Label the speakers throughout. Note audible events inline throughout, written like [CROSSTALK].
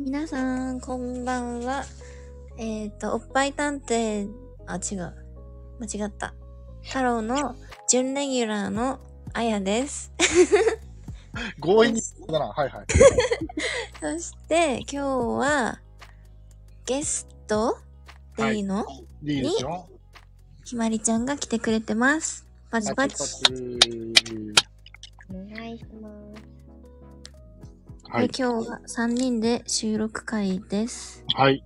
Speaker 1: 皆さん、こんばんは。えっ、と、おっぱい探偵、あ、違う。間違った。太郎の準レギュラーのあやです。 [LAUGHS]
Speaker 2: 強引にだな。はいはい。
Speaker 1: そして、今日は、ゲストでいいの、
Speaker 2: いいですよ。
Speaker 1: ひまりちゃんが来てくれてます。パチパチ。
Speaker 3: お願いします。
Speaker 2: は
Speaker 1: で
Speaker 2: い。
Speaker 1: 今日は3人で収録会です。
Speaker 2: はい。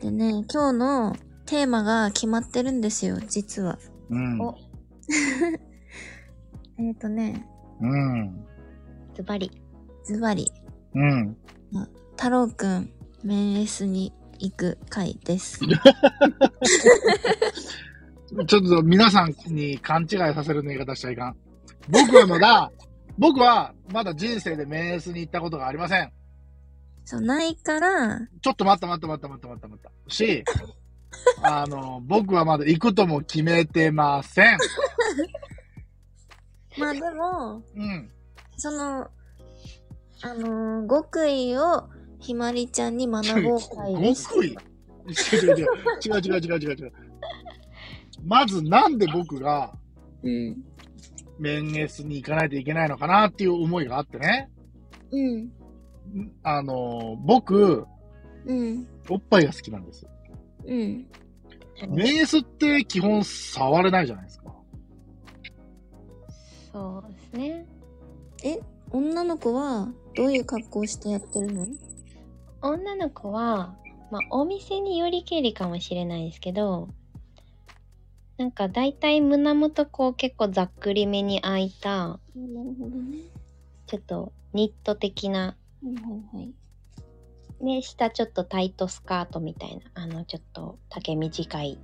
Speaker 1: でね、今日のテーマが決まってるんですよ、実は。
Speaker 2: うん。
Speaker 3: お
Speaker 1: えっ、とね、
Speaker 2: うん。
Speaker 3: ズバリ。
Speaker 1: ズバリ、
Speaker 2: うん。
Speaker 1: 太郎くん、メンエスに行く回
Speaker 2: [LAUGHS]
Speaker 1: です。
Speaker 2: ちょっと皆さんに勘違いさせる言い方しちゃいかん。僕はまだ、 [LAUGHS] 僕はまだ人生でメンスに行ったことがありません。
Speaker 1: そう、ないから、
Speaker 2: ちょっと待った待った待った待った待った待った。し、あの、僕はまだ行くとも決めてません。
Speaker 1: まあでも、
Speaker 2: うん。
Speaker 1: その、あのー極意をひまりちゃんに
Speaker 2: [LAUGHS]
Speaker 1: 学ぼう会です。
Speaker 2: ごくい違う違う違う違う違う違う違う。まずなんで僕が、
Speaker 1: うん。
Speaker 2: メンエスに行かないといけないのかなっていう思いがあってね。
Speaker 1: うん。
Speaker 2: んあの、僕、
Speaker 1: うん。
Speaker 2: おっぱいが好きなんです。
Speaker 1: うん。
Speaker 2: メンエスって基本触れないじゃないですか。
Speaker 3: そうですね。
Speaker 1: 女の子は、どういう格好をしてやってるの
Speaker 3: 女の子は、まあ、お店によりけりかもしれないですけど、なんか大体胸元こう結構ざっくりめに開いた、
Speaker 1: なるほどね。
Speaker 3: ちょっとニット的な、
Speaker 1: はいはいはい。
Speaker 3: ね、下ちょっとタイトスカートみたいな、あのちょっと丈短い、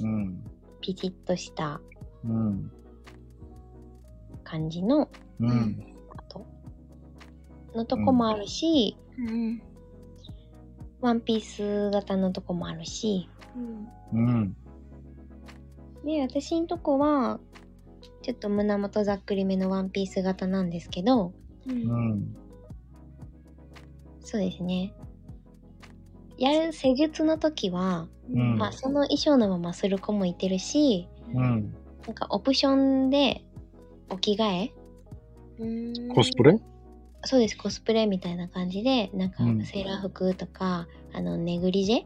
Speaker 2: うん。
Speaker 3: ピチッとした
Speaker 2: うん。
Speaker 3: 感じの
Speaker 2: うんん。
Speaker 3: あとのとこもあるし、
Speaker 1: うん。
Speaker 3: ワンピース型のとこもあるし、
Speaker 1: うん。
Speaker 2: うん。
Speaker 3: で私んとこはちょっと胸元ざっくりめのワンピース型なんですけど
Speaker 1: うん。
Speaker 3: そうですねやる施術の時は、
Speaker 2: うん
Speaker 3: まあ、その衣装のままする子もいてるし
Speaker 2: うん。
Speaker 3: なんかオプションでお着替え
Speaker 1: うん
Speaker 2: コスプレ
Speaker 3: そうですコスプレみたいな感じでなんか
Speaker 2: うん
Speaker 3: セーラー服とか、あのネグリジェ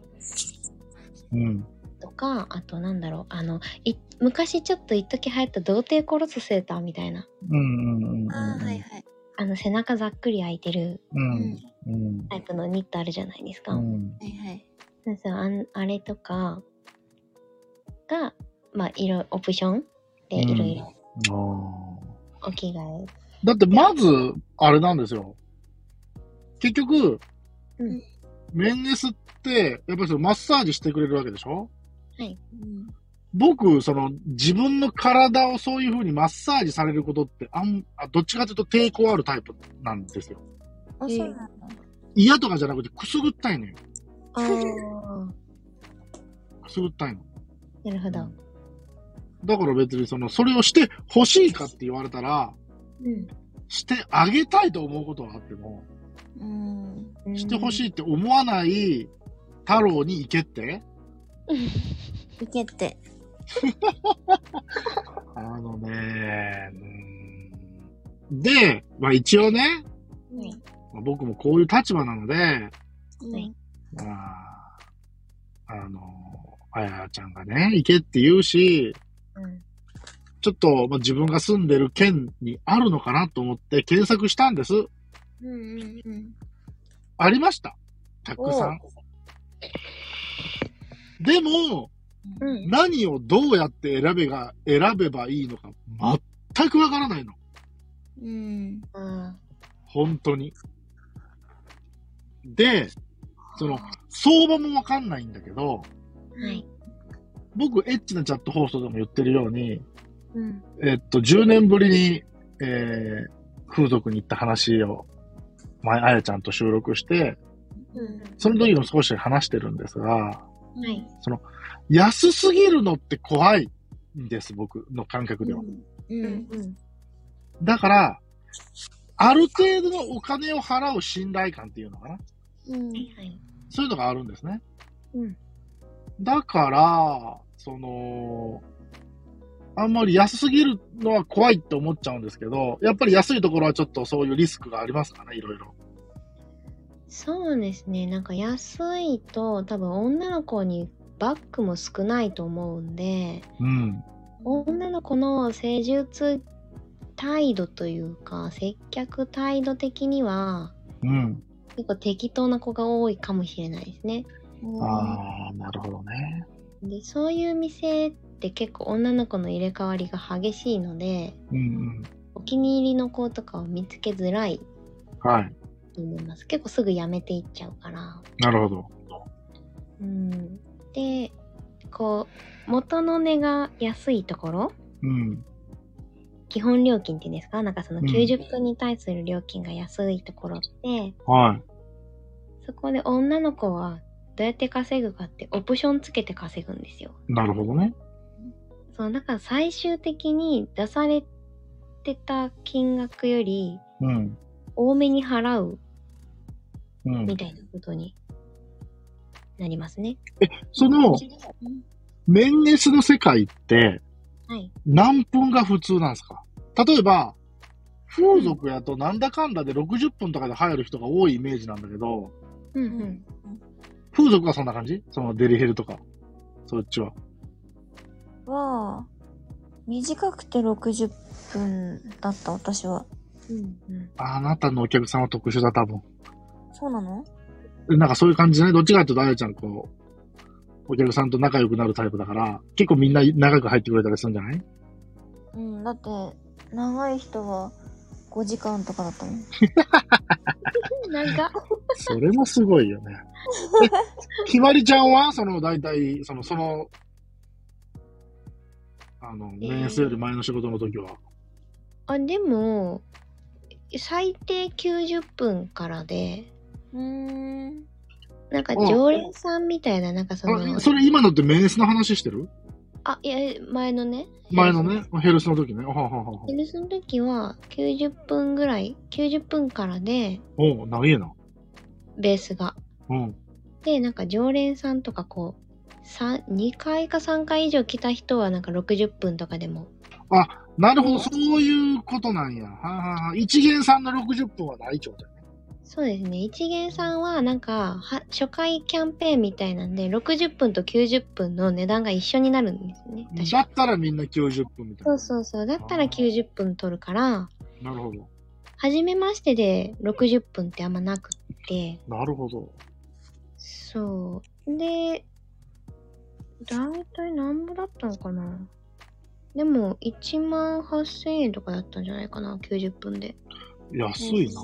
Speaker 2: うん。
Speaker 3: とかあとなんだろうあのい昔ちょっと一時流行った童貞コロスセーターみたいな
Speaker 2: うん。うん。うん。
Speaker 1: ああ、はいはい。
Speaker 3: あの背中ざっくり開いてる
Speaker 1: う
Speaker 2: う。
Speaker 1: ん
Speaker 2: うん。
Speaker 3: タイプのニットあるじゃないですか。
Speaker 2: うん。
Speaker 1: はいはい。
Speaker 3: そうそうあんあれとかが、まあ、いろオプション
Speaker 2: う
Speaker 3: で
Speaker 2: ん
Speaker 3: いろいろ
Speaker 2: あー
Speaker 3: お着替え。
Speaker 2: だってまず、あれなんですよ。結局、
Speaker 3: うん
Speaker 2: メンエスって、やっぱりそのマッサージしてくれるわけでしょ
Speaker 1: うん。
Speaker 2: 僕、その、自分の体をそういう風にマッサージされることって、あん、あどっちかというと抵抗あるタイプなんですよ。
Speaker 1: あ、
Speaker 3: えー
Speaker 1: そうなんだ。
Speaker 2: 嫌とかじゃなくて、くすぐったいのよ。
Speaker 1: あ
Speaker 2: くすぐったいの。
Speaker 3: なるほど。
Speaker 2: だから別にその、それをして欲しいかって言われたら、
Speaker 3: うん
Speaker 2: してあげたいと思うことはあっても、
Speaker 1: うん。
Speaker 3: うん
Speaker 2: して欲し
Speaker 3: い。
Speaker 2: いって思わない太郎に行けって、
Speaker 1: いけって。
Speaker 2: あのね、うんで、まあ一応ね、
Speaker 3: はい
Speaker 2: まあ僕もこういう立場なので、
Speaker 1: うん。
Speaker 2: まあ、あの、あやちゃんがね、行けって言うし、
Speaker 3: うん
Speaker 2: ちょっと、まあ、自分が住んでる県にあるのかなと思って検索したんです。
Speaker 1: うんうんうん。
Speaker 2: ありました。たくさん。でも、
Speaker 3: うん
Speaker 2: 何をどうやって選べが、選べばいいのか、全くわからないの。
Speaker 1: うん。
Speaker 3: あ
Speaker 2: 本当に。で、その、相場もわかんないんだけど、
Speaker 3: ーはい。
Speaker 2: 僕、エッチなチャット放送でも言ってるように、
Speaker 3: うん
Speaker 2: えっと、10年ぶりに、えー、風俗に行った話を、前、あやちゃんと収録して、
Speaker 3: うん
Speaker 2: その時も少し話してるんですが、
Speaker 3: はい。
Speaker 2: 安すぎるのって怖いんです、僕の感覚では。
Speaker 1: う。
Speaker 3: うんん
Speaker 2: だから、ある程度のお金を払う信頼感っていうのかな。
Speaker 1: うん
Speaker 3: はい。
Speaker 2: そういうのがあるんですね。
Speaker 1: うん
Speaker 2: だから、その、あんまり安すぎるのは怖いって思っちゃうんですけど、やっぱり安いところはちょっとそういうリスクがありますかね、いろいろ。
Speaker 3: そうですね。なんか安いと多分女の子にバッグも少ないと思うんで、
Speaker 2: うん。
Speaker 3: 女の子の施術態度というか、接客態度的には
Speaker 2: うん。
Speaker 3: 結構適当な子が多いかもしれないですね。
Speaker 2: ああ、なるほどね。
Speaker 3: で、そういう店って結構女の子の入れ替わりが激しいので、
Speaker 2: うん
Speaker 3: お気に入りの子とかを見つけづらい
Speaker 2: うん。はい。
Speaker 3: と思います。結構すぐ辞めていっちゃうから。
Speaker 2: なるほど。
Speaker 3: うん、でこう元の値が安いところ
Speaker 2: うん。
Speaker 3: 基本料金っていうんですかなんかその
Speaker 2: うん
Speaker 3: 90分に対する料金が安いところって、
Speaker 2: はい。
Speaker 3: そこで女の子はどうやって稼ぐかってオプションつけて稼ぐんですよ。
Speaker 2: なるほどね。
Speaker 3: そのだから最終的に出されてた金額より
Speaker 2: うん。
Speaker 3: 多めに払う
Speaker 2: うん
Speaker 3: みたいなことになりますね。
Speaker 2: その、メンネスの世界って
Speaker 3: はい。
Speaker 2: 何分が普通なんですか例えば、風俗やとなんだかんだで60分とかで入る人が多いイメージなんだけど、
Speaker 3: うん
Speaker 1: う
Speaker 3: うん
Speaker 1: ん。
Speaker 2: 風俗はそんな感じそのデリヘルとか。そっちは。
Speaker 1: は、短くて60分だった、私は。
Speaker 3: うんうん。
Speaker 2: あなたのお客さんは特殊だ、多分。
Speaker 1: そうなの
Speaker 2: なんかそういう感じね。どっちかっていうと、あやちゃん、こう、お客さんと仲良くなるタイプだから、結構みんな長く入ってくれたりするんじゃない
Speaker 1: うん、だって、長い人は5時間とかだったもん。
Speaker 3: なんか、
Speaker 2: それもすごいよ
Speaker 3: [LAUGHS]
Speaker 2: ね。えひまりちゃんは、その、大体、その、その、あの、
Speaker 3: えー
Speaker 2: 面接より前の仕事の時は。
Speaker 3: あでも最低90分からで
Speaker 1: うーん。
Speaker 3: なんか
Speaker 2: うん
Speaker 3: 常連さんみたいななんかその
Speaker 2: あそれ今のって面接の話してる
Speaker 3: あいや前のね
Speaker 2: 前のね、ヘルスの時ね。はははは
Speaker 3: ヘルスの時は90分ぐらい90分からで
Speaker 2: おう、長えな。
Speaker 3: ベースが
Speaker 2: うん。
Speaker 3: でなんか常連さんとかこう2回か3回以上来た人はなんか60分とかでも
Speaker 2: なるほど、そういうことなんや。はいはいはい。一元さんの60分はないってことやね。
Speaker 3: そうですね一元さんはなんかは初回キャンペーンみたいなんで60分と90分の値段が一緒になるんですね確か
Speaker 2: だったらみんな90分みたい
Speaker 3: そ
Speaker 2: な。
Speaker 3: うそうそう。だったら
Speaker 2: あー
Speaker 3: 90分取るから、
Speaker 2: なるほど。
Speaker 3: 初めましてで60分ってあんまなくって、
Speaker 2: なるほど。
Speaker 3: そう。で、だいたい何ぼだったのかなでも、1万8000円とかだったんじゃないかな、90分で。
Speaker 2: 安いな。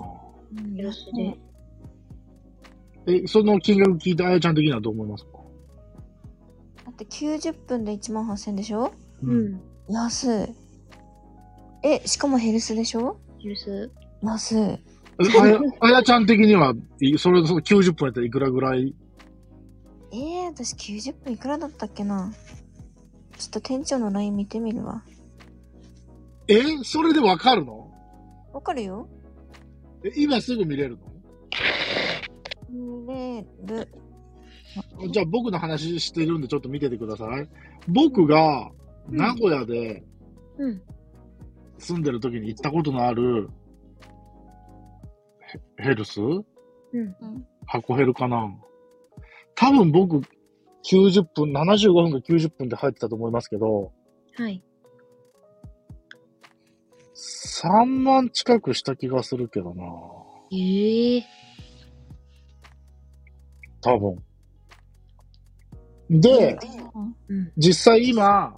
Speaker 1: うん
Speaker 3: 安い。
Speaker 2: え、その金額聞いてあやちゃん的にはどう思いますか
Speaker 1: だって90分で1万8000でしょ
Speaker 3: う。ん。
Speaker 1: 安い。え、しかもヘルスでしょ
Speaker 3: ジュース。
Speaker 1: 安い。
Speaker 2: えあや、あやちゃん的には、いそれ、その90分やったらいくらぐらい
Speaker 1: えー、私90分いくらだったっけなちょっと店長の LINE 見てみるわ。
Speaker 2: えそれでわかるの
Speaker 1: わかるよ
Speaker 2: え、今すぐ見れる
Speaker 1: 見れる。
Speaker 2: のじゃあ僕の話してるんでちょっと見ててください。僕が
Speaker 1: うん
Speaker 2: 名古屋で
Speaker 3: うん。
Speaker 2: 住んでる時に行ったことのあるヘヘルス
Speaker 3: うん。
Speaker 2: 箱ヘルかな多分僕90分、75分か90分で入ってたと思いますけど、
Speaker 3: はい。
Speaker 2: 3万近くした気がするけどな
Speaker 3: ええ
Speaker 2: 多分。で、
Speaker 1: うん
Speaker 3: うん。
Speaker 2: 実際今、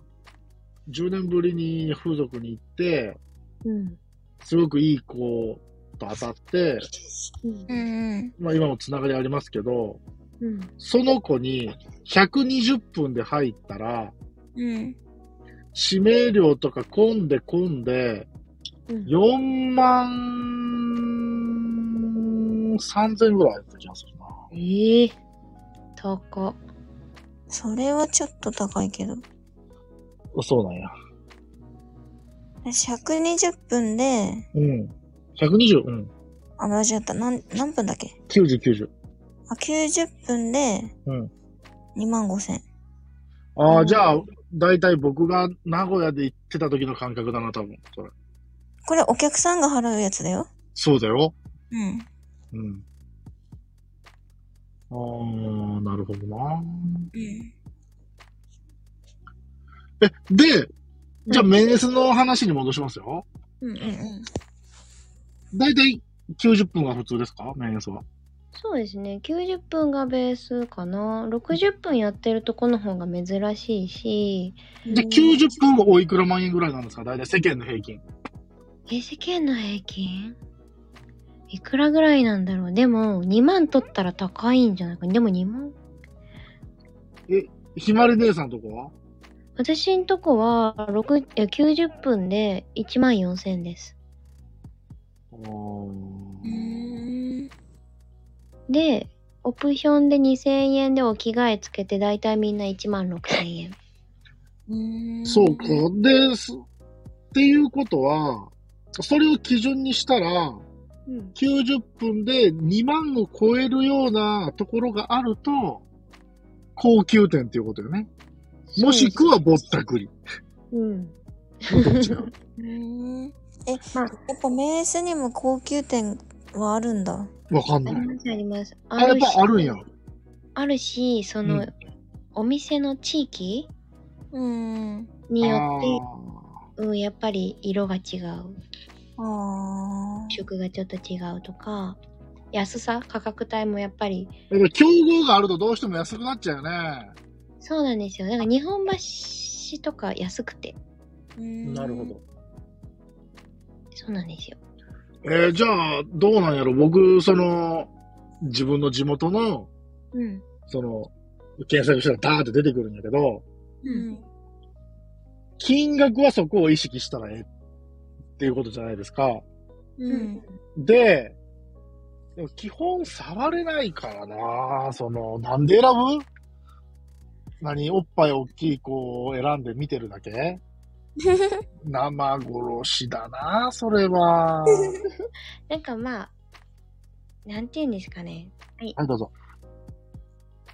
Speaker 2: 10年ぶりに風俗に行って、
Speaker 3: うん。
Speaker 2: すごくいい子と当たって、
Speaker 3: うん
Speaker 1: う。ん
Speaker 2: まあ今もつながりありますけど、
Speaker 3: うん。
Speaker 2: その子に120分で入ったら、
Speaker 1: うん。
Speaker 2: 指名料とか混んで混んで、
Speaker 3: うん
Speaker 2: 4万3000ぐらいだった気がするな。
Speaker 3: ええー。高っ。
Speaker 1: それはちょっと高いけど。
Speaker 2: そうなんや。
Speaker 1: 私120分で
Speaker 2: うん。 120、うん。
Speaker 1: あ、間違った。なん何分だっけ
Speaker 2: 90、90。
Speaker 1: あ、90分で
Speaker 2: うん。
Speaker 1: 2万5千。
Speaker 2: あ
Speaker 1: う
Speaker 2: あ、
Speaker 1: ん
Speaker 2: じゃあ、だいたい僕が名古屋で行ってた時の感覚だな、多分。それ
Speaker 1: これお客さんが払うやつだよ。
Speaker 2: そうだよ。
Speaker 1: うん。
Speaker 2: うん。ああ、なるほどな。
Speaker 1: うん。
Speaker 2: え、で、じゃあ、
Speaker 1: うん
Speaker 2: メンエスの話に戻しますよ。
Speaker 1: うんうんうん。
Speaker 2: だいたい90分が普通ですかメンエスは。
Speaker 3: そうですね90分がベースかな60分やってるとこの方が珍しいし
Speaker 2: で、90分はおいくら万円ぐらいなんですか大体世間の平均。
Speaker 3: え世間の平均いくらぐらいなんだろうでも2万取ったら高いんじゃないかでも2万
Speaker 2: ひまり姉さんのとこは
Speaker 3: 私んとこは6いや90分で1万4000です
Speaker 2: あー
Speaker 1: うん。
Speaker 3: でオプションで2000円でお着替えつけて大体みんな1万6000円
Speaker 1: うん。
Speaker 2: そうか。です。っていうことは、それを基準にしたら、
Speaker 3: うん
Speaker 2: 90分で2万を超えるようなところがあると、高級店っていうことよね。もしくはぼったく
Speaker 3: [LAUGHS]
Speaker 2: り。
Speaker 3: うん
Speaker 2: のどっちか
Speaker 1: うん。え、
Speaker 3: まあ
Speaker 1: やっぱ名刺にも高級店はあるんだ。
Speaker 2: わかん
Speaker 3: あ
Speaker 2: な
Speaker 3: り
Speaker 2: い。
Speaker 3: ます
Speaker 2: あ、
Speaker 3: あります
Speaker 2: やっぱあるんや。
Speaker 3: あるしそ
Speaker 2: う
Speaker 3: の、
Speaker 2: ん
Speaker 3: お店の地域
Speaker 1: うん。
Speaker 3: によ
Speaker 2: あ
Speaker 3: って、うん、やっぱり色が違う
Speaker 1: ああ。
Speaker 3: 食がちょっと違うとか安さ価格帯もやっぱり
Speaker 2: ーやっぱ競合があるとどうしても安くなっちゃうよね。
Speaker 3: そうなんですよだから日本橋とか安くて
Speaker 1: な。
Speaker 3: そうなんですよ
Speaker 2: ど。えーじゃあ、どうなんやろ僕、その、自分の地元の、
Speaker 3: うん
Speaker 2: その、検索したらダーって出てくるんやけど、
Speaker 1: うん。
Speaker 2: 金額はそこを意識したらええっていうことじゃないですか。
Speaker 1: う
Speaker 3: うんん。
Speaker 2: で、でも基本触れないからなその、なんで選ぶ何おっぱい大きい子を選んで見てるだけ生殺しだなそれ [LAUGHS] は。
Speaker 3: なんかまあなんて言うんですかね
Speaker 2: はい、どうぞ。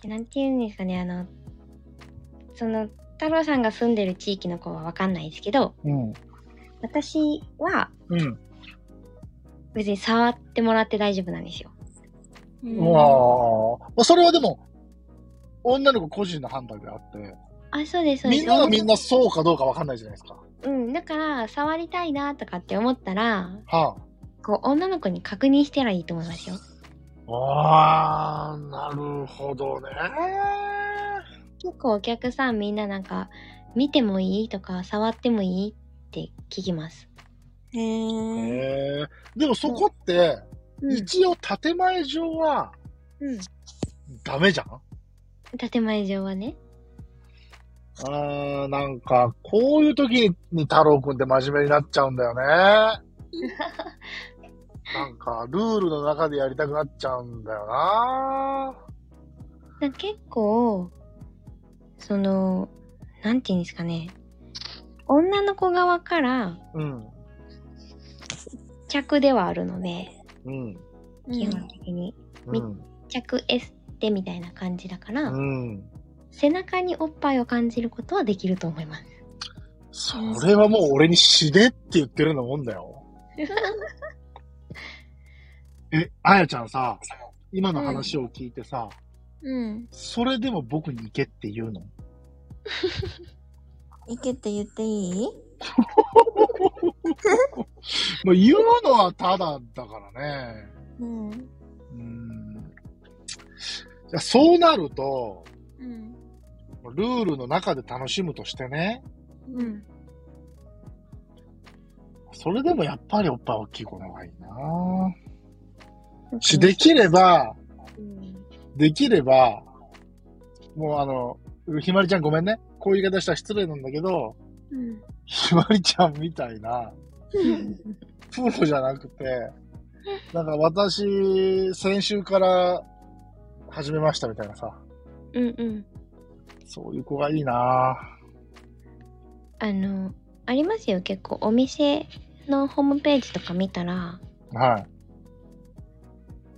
Speaker 3: なんて言うんですかねあのその太郎さんが住んでる地域の子は分かんないですけど
Speaker 2: うん。
Speaker 3: 私は
Speaker 2: うん。
Speaker 3: 別に触ってもらって大丈夫なんですよ
Speaker 1: うん
Speaker 2: うわあそれはでも、女の子個人の判断であって、
Speaker 3: あそうですそうです
Speaker 2: みんながみんなそうかどうかわかんないじゃないですか。
Speaker 3: うん、だから触りたいなとかって思ったら
Speaker 2: は
Speaker 3: こう女の子に確認したらいいと思いますよ。
Speaker 2: あ。ああ、なるほどね。
Speaker 3: 結構お客さんみんななんか見てもいいとか触ってもいいって聞きます。
Speaker 1: へえ。
Speaker 2: へえ。でもそこって、
Speaker 3: うん、
Speaker 2: 一応建前上は
Speaker 3: うん、
Speaker 2: ダメじゃん
Speaker 3: 建前上はね。
Speaker 2: あーなんか、こういう時に太郎くんって真面目になっちゃうんだ
Speaker 3: [LAUGHS]
Speaker 2: よね。なんか、ルールの中でやりたくなっちゃうんだよな。
Speaker 3: だから結構そのなんて言うんですかね女の子側から
Speaker 2: うん。
Speaker 3: 着ではあるので
Speaker 2: うん。
Speaker 3: 基本的に、
Speaker 2: うん。
Speaker 3: 着エステみたいな感じだから、
Speaker 2: うん。
Speaker 3: 背中におっぱいを感じることはできると思
Speaker 2: [LAUGHS]
Speaker 3: います。
Speaker 2: それはもう俺に死ねって言ってるようなもんだよ。え、あやちゃんさ、今の話を聞いてさ、
Speaker 1: うん。
Speaker 2: それでも僕に行けって言うの
Speaker 1: 行けって言っていい
Speaker 2: まあ、言うのはただだからね。
Speaker 1: うん。
Speaker 2: うーん。いやそうなると、
Speaker 1: うん。
Speaker 2: ルールの中で楽しむとしてね、
Speaker 3: うん、
Speaker 2: それでもやっぱりおっぱい大きい子の方がいいなし、できれば、
Speaker 3: [LAUGHS] うん
Speaker 2: できれば、もうあの、ひまりちゃんごめんね。こういう言い方したら失礼なんだけど、
Speaker 3: うん
Speaker 2: ひまりちゃんみたいな、プロじゃなくて、なんか私、先週から始めましたみたいなさ、
Speaker 3: うんうん。
Speaker 2: そういう子がいいな
Speaker 3: あの、ありますよ、結構。お店のホームページとか見たら、
Speaker 2: はい。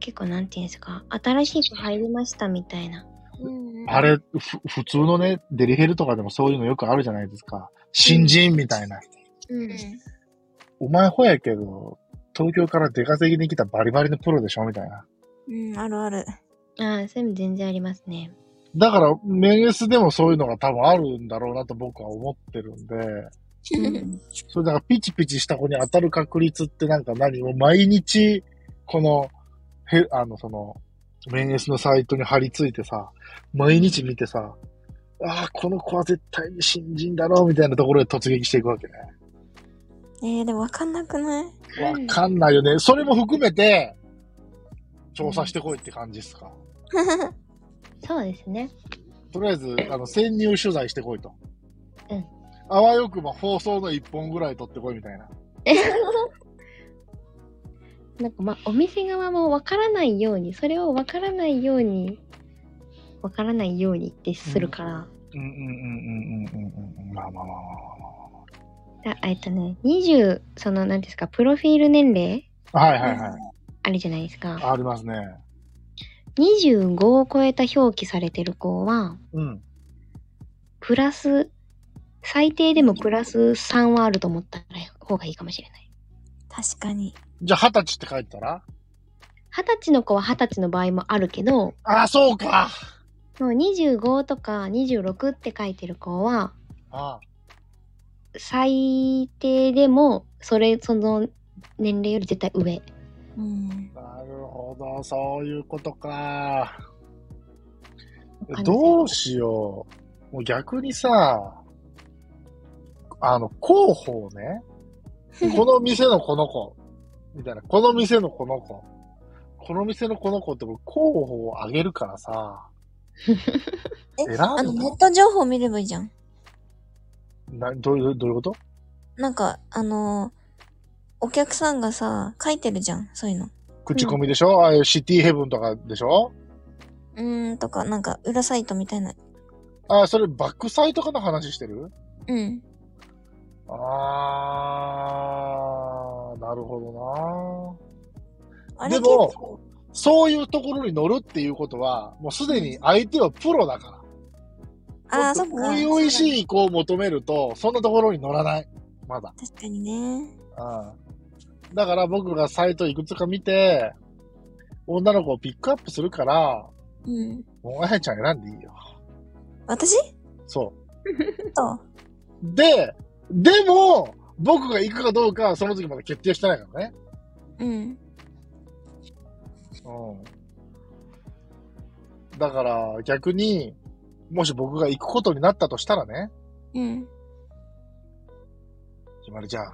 Speaker 3: 結構なんていうんですか、新しい子入りましたみたいな。
Speaker 2: あれ、ふ普通のね、デリヘルとかでもそういうのよくあるじゃないですか。新人みたいな。
Speaker 3: う
Speaker 1: うん
Speaker 3: ん。
Speaker 2: お前ほやけど、東京から出稼ぎに来たバリバリのプロでしょみたいな。
Speaker 1: うん、あるある。
Speaker 3: ああ、そういうの全然ありますね。
Speaker 2: だから、メンエスでもそういうのが多分あるんだろうなと僕は思ってるんで、
Speaker 1: うん
Speaker 2: それだからピチピチした子に当たる確率ってなんか何もう毎日、この、へ、あの、その、メンエスのサイトに貼り付いてさ、毎日見てさ、ああ、この子は絶対に新人だろうみたいなところで突撃していくわけね。
Speaker 1: [LAUGHS] えー、でもわかんなくない
Speaker 2: わかんないよね。それも含めて、調査してこいって感じですか。
Speaker 3: そうですね。
Speaker 2: とりあえず、あの、潜入取材してこいと。
Speaker 3: うん
Speaker 2: あわよくば放送の一本ぐらい取ってこいみたいな。
Speaker 3: なんかまあ、お店側もわからないように、それをわからないように、わからないようにってするから。
Speaker 2: うんうんうんうんうんうんうん。まあまあまあまあまあま
Speaker 3: だえっとね、20、その、なんていうんですか、プロフィール年齢
Speaker 2: あ。はいはいはい。
Speaker 3: あるじゃないですか。
Speaker 2: ありますね。
Speaker 3: 25を超えた表記されてる子は、
Speaker 2: うん。
Speaker 3: プラス、最低でもプラス3はあると思った方がいいかもしれない。
Speaker 1: 確かに。
Speaker 2: じゃあ、二十歳って書いてたら
Speaker 3: 二十歳の子は二十歳の場合もあるけど、
Speaker 2: ああ、そうか。
Speaker 3: もう25とか26って書いてる子は、
Speaker 2: ああ。
Speaker 3: 最低でも、それ、その年齢より絶対上。
Speaker 1: うん。
Speaker 2: なるほど、そういうことか。
Speaker 3: わかんない
Speaker 2: どうしよう。もう逆にさ、あの、候補を
Speaker 1: [LAUGHS]
Speaker 2: ね、この店のこの子、みたいな、この店のこの子、この店のこの子って僕候補をあげるからさ、
Speaker 1: [LAUGHS] え、
Speaker 2: 選
Speaker 1: あの、
Speaker 2: ぶ
Speaker 1: ネ
Speaker 2: の
Speaker 1: ット情報見ればいいじゃん。
Speaker 2: などういう、どういうこと
Speaker 1: なんか、あのーお客さんがさ、書いてるじゃん、そういうの。
Speaker 2: 口コミでしょ、ああいうシティヘブンとかでしょ
Speaker 1: うーん、とか、なんか、裏サイトみたいな。
Speaker 2: ああ、それバックサイトかの話してる
Speaker 1: うん。
Speaker 2: ああ、なるほどな。
Speaker 1: あれ
Speaker 2: で
Speaker 1: 結
Speaker 2: も
Speaker 1: 構、
Speaker 2: そういうところに乗るっていうことは、もうすでに相手はプロだから。
Speaker 1: ああ、
Speaker 2: も
Speaker 1: そ
Speaker 2: っ
Speaker 1: っ
Speaker 2: と
Speaker 1: か。
Speaker 2: こういう美味しい子を求めると、そんなところに乗らない。まだ。
Speaker 1: 確かにね。
Speaker 2: うん。だから僕がサイトいくつか見て、女の子をピックアップするから、
Speaker 1: うん。
Speaker 2: もうあやちゃん選んでいいよ。
Speaker 1: 私
Speaker 2: そ
Speaker 1: と。
Speaker 2: う。で、でも、僕が行くかどうかはその時まだ決定してないからね。
Speaker 1: うん。
Speaker 2: うん。だから、逆に、もし僕が行くことになったとしたらね、
Speaker 1: うん。
Speaker 2: ひまるちゃん、
Speaker 3: は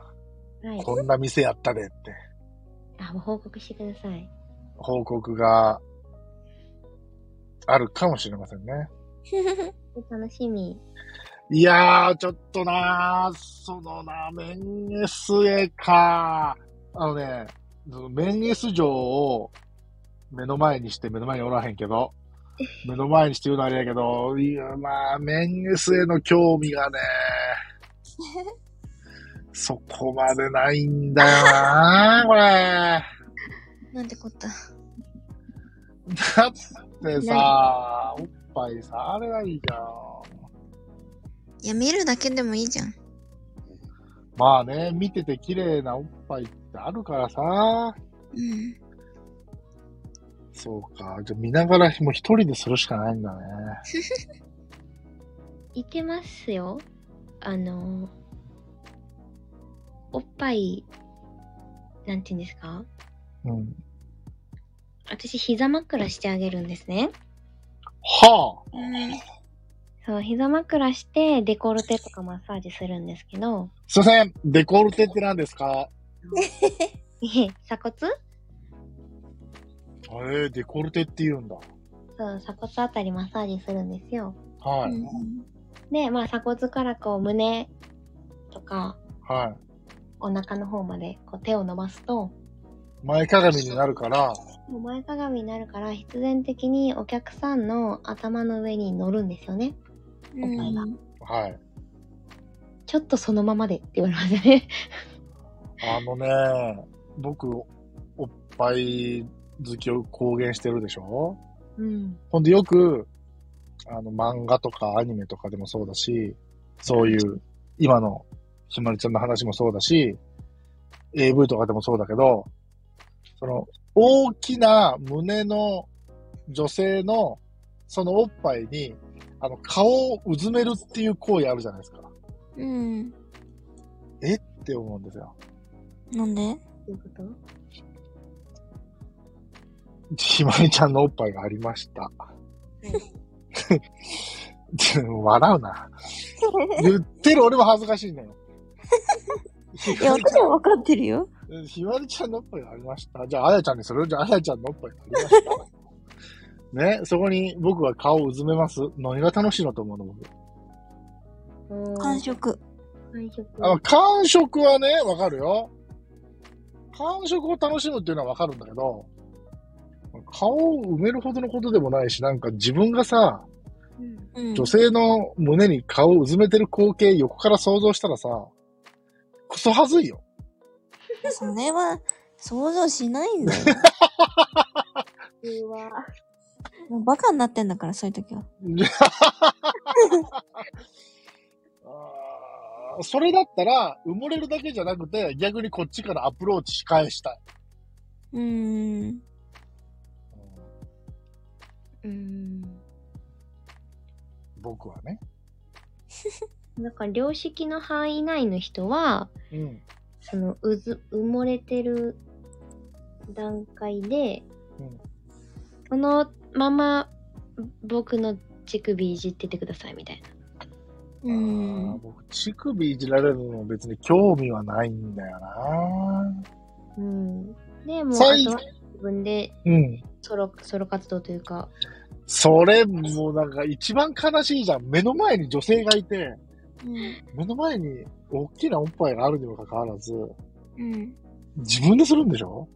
Speaker 3: い。
Speaker 2: こんな店やったでって、
Speaker 3: あ、もう報告してください。
Speaker 2: 報告が、あるかもしれませんね。
Speaker 3: 楽しみ。
Speaker 2: いやー、ちょっとなー、そのな、メンエスへかあのね、そのメンエス城を目の前にして、目の前におらへんけど、目の前にして言うのはあれやけど、いや、まあ、メンエスへの興味がね、そこまでないんだよなー、これ。
Speaker 1: [LAUGHS] なんてこった。
Speaker 2: だってさ、おっぱいさ、あれがいいじゃん。
Speaker 1: いや、見るだけでもいいじゃん。
Speaker 2: まあね、見てて綺麗なおっぱいってあるからさ。
Speaker 1: うん。
Speaker 2: そうか。じゃあ見ながらもう一人でするしかないんだね。
Speaker 3: いけますよ。あの、おっぱい、なんて言うんですか
Speaker 2: うん。
Speaker 3: 私、膝枕してあげるんですね。
Speaker 2: はあ。
Speaker 3: そう、膝枕して、デコルテとかマッサージするんですけど、 [LAUGHS]
Speaker 2: すいません。デコルテって何ですか
Speaker 3: えへ鎖骨
Speaker 2: えー、デコルテって言うんだ。
Speaker 3: そう、鎖骨あたりマッサージするんですよ。
Speaker 2: はい。
Speaker 1: うん
Speaker 3: で、まあ、鎖骨からこう、胸とか、
Speaker 2: は
Speaker 3: お腹の方までこう手を伸ばすと、
Speaker 2: い。前かがみになるから、
Speaker 3: もう前かがみになるから、必然的にお客さんの頭の上に乗るんですよね。
Speaker 1: うん。
Speaker 2: はい。
Speaker 3: ちょ [LAUGHS] っとそのままでって言われますね。
Speaker 2: あのね、僕、ぱい好きを公言してるでしょ
Speaker 1: うん。
Speaker 2: ほんでよく、あの、漫画とかアニメとかでもそうだし、そういう、今のひまりちゃんの話もそうだし、AV とかでもそうだけど、その、大きな胸の女性の、そのおっぱいに、あの、顔をうずめるっていう行為あるじゃないですか。
Speaker 1: うん。
Speaker 2: えって思うんですよ。
Speaker 1: なん
Speaker 2: [LAUGHS]
Speaker 1: で
Speaker 3: どういうこと
Speaker 2: ひまりちゃんのおっぱいがありました。 [LAUGHS] 笑うな。言ってる俺も恥ずかしいのよ。ひ
Speaker 1: いや、
Speaker 2: まりち
Speaker 1: 私は分かってるよ。
Speaker 2: ゃんひまりちゃんのおっぱいがありました。じゃあ、あやちゃんにするじゃあ、あやちゃんのおっぱいがありました。ね、そこに僕は顔をうずめます。何が楽しいのと思うの僕。
Speaker 3: おー
Speaker 1: 感。触。
Speaker 3: 感触。
Speaker 2: あ感触はね、わかるよ。感触を楽しむっていうのはわかるんだけど、顔を埋めるほどのことでもないし、なんか自分がさ、
Speaker 3: うん
Speaker 1: うん。
Speaker 2: 女性の胸に顔をうずめてる光景横から想像したらさ、クソはず
Speaker 1: [LAUGHS]
Speaker 2: いよ。
Speaker 1: それは想像しないんだよ。
Speaker 3: うわ
Speaker 1: もうバカになってんだから、そういう時は。
Speaker 2: あーそれだったら、埋もれるだけじゃなくて、逆にこっちからアプローチし返したい。
Speaker 1: うーん。
Speaker 3: うん。
Speaker 2: 僕はね。
Speaker 3: なんか、良識の範囲内の人は、
Speaker 2: うん。
Speaker 3: その、うず、埋もれてる段階で、
Speaker 2: うん
Speaker 3: そのまま、僕の乳首いじっててください、みたいな。
Speaker 1: う
Speaker 2: あー
Speaker 1: ん。
Speaker 2: 僕、乳首いじられるのも別に興味はないんだよな。
Speaker 3: うん。で、もう、あと
Speaker 2: 最
Speaker 3: は自分で
Speaker 2: うん。
Speaker 3: ソロ、ソロ活動というか、
Speaker 2: それ、もうなんか一番悲しいじゃん。目の前に女性がいて、
Speaker 1: うん。
Speaker 2: 目の前に大きなおっぱいがあるにもかかわらず、
Speaker 1: うん。
Speaker 2: 自分でするんでしょ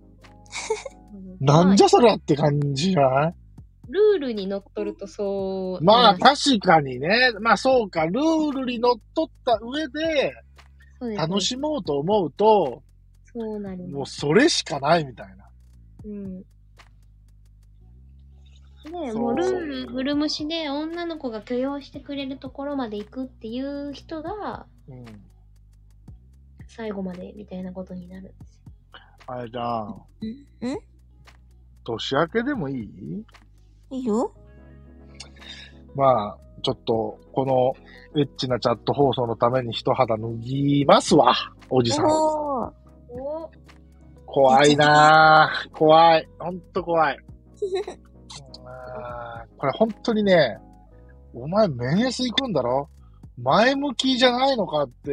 Speaker 2: なんじ
Speaker 3: ゃ
Speaker 2: ゃそりゃって感じじゃない
Speaker 3: ルールにのっとるとそう。
Speaker 2: まあ
Speaker 3: うん
Speaker 2: 確かにね。まあそうか。ルールにのっとった上で
Speaker 3: そうですね
Speaker 2: 楽しもうと思うと、
Speaker 3: そうなり
Speaker 2: も
Speaker 3: ま
Speaker 2: う
Speaker 3: す。
Speaker 2: それしかないみたいな。
Speaker 3: うん。ね
Speaker 2: そう
Speaker 3: もうルールぐるむしで女の子が許容してくれるところまで行くっていう人が
Speaker 2: うん。
Speaker 3: 最後までみたいなことになるんですよ。
Speaker 2: あれじゃん。
Speaker 1: うん
Speaker 2: 年明けでもいい
Speaker 1: いいよ。
Speaker 2: まあ、ちょっと、このエッチなチャット放送のために一肌脱ぎますわ。おじさん。
Speaker 1: おー。
Speaker 3: お
Speaker 2: 怖いなぁ。怖い。ほんと怖い。あーこれ本当にね、お前メンヘス行くんだろ前向きじゃないのかって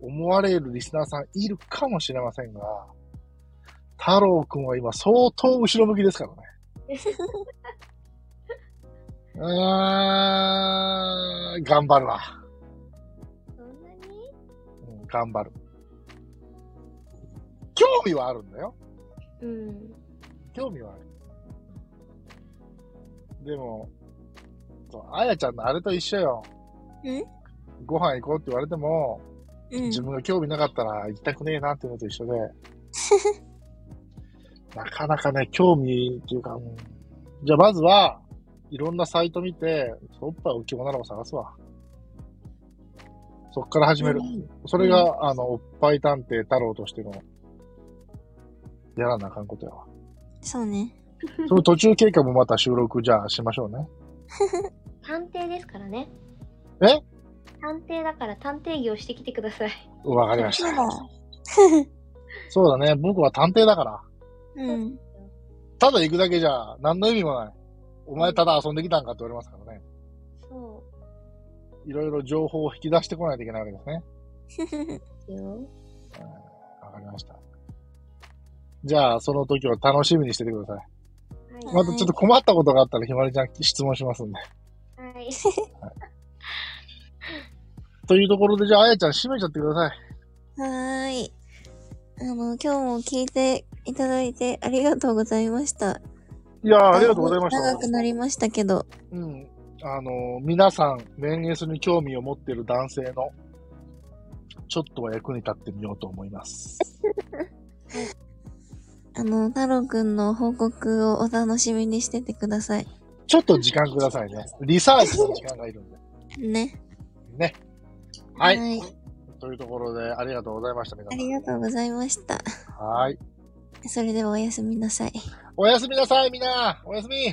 Speaker 2: 思われるリスナーさんいるかもしれませんが、太郎くんは今相当後ろ向きですからね。うーん、頑張るわ。
Speaker 3: そんなに
Speaker 2: うん頑張る。興味はあるんだよ。
Speaker 3: うん。
Speaker 2: 興味はある。でも、そうあやちゃんのあれと一緒よ。
Speaker 1: ん
Speaker 2: ご飯行こうって言われても、
Speaker 1: うん
Speaker 2: 自。分が興味なかったら行きたくねえなっていうのと
Speaker 1: [LAUGHS]
Speaker 2: 一緒で。なかなかね、興味っていうか、うんじゃあまずは、いろんなサイト見て、おっぱい大きい女の子探すわ。そっから始める。それが、あの、おっぱい探偵太郎としての、やらなあかんことやわ。
Speaker 1: そうね。
Speaker 2: その途中経過もまた収録じゃあしましょうね。
Speaker 3: 探偵ですからね。
Speaker 2: え
Speaker 3: 探偵だから探偵業してきてください。
Speaker 2: わかりまし
Speaker 1: そう
Speaker 2: た。
Speaker 1: だ。
Speaker 2: そうだね。僕は探偵だから。
Speaker 1: うん。
Speaker 2: ただ行くだけじゃ何の意味もない。お前ただ遊んできたんかって言われますからね。
Speaker 3: そ
Speaker 2: いろいろ情報を引き出してこないといけないわけですね。
Speaker 3: うですよ。
Speaker 2: わかりました。じゃあ、その時を楽しみにしててください。
Speaker 3: は
Speaker 2: またちょっと困ったことがあったらひまりちゃん質問しますんで。
Speaker 3: い。はい。
Speaker 2: というところで、じゃあ、あやちゃん閉めちゃってください。
Speaker 1: [LAUGHS] はーい。あの、今日も聞いていただいてありがとうございました。
Speaker 2: いやーありがとうございました。
Speaker 1: 長くなりましたけど。
Speaker 2: うん。あの、皆さん、メンヘスに興味を持ってる男性の、ちょっとは役に立ってみようと思います。
Speaker 1: あの、太郎くんの報告をお楽しみにしててください。
Speaker 2: ちょっと時間くださいね。リサーチの時間がいるんで。
Speaker 1: ね。
Speaker 2: ね。はい。というところで、ありがとうございました、皆
Speaker 1: あ
Speaker 2: さ
Speaker 1: りがとうございました。
Speaker 2: ん。はーい。
Speaker 1: それではおやすみなさい。
Speaker 2: おやすみなさい、みんな。おやすみ。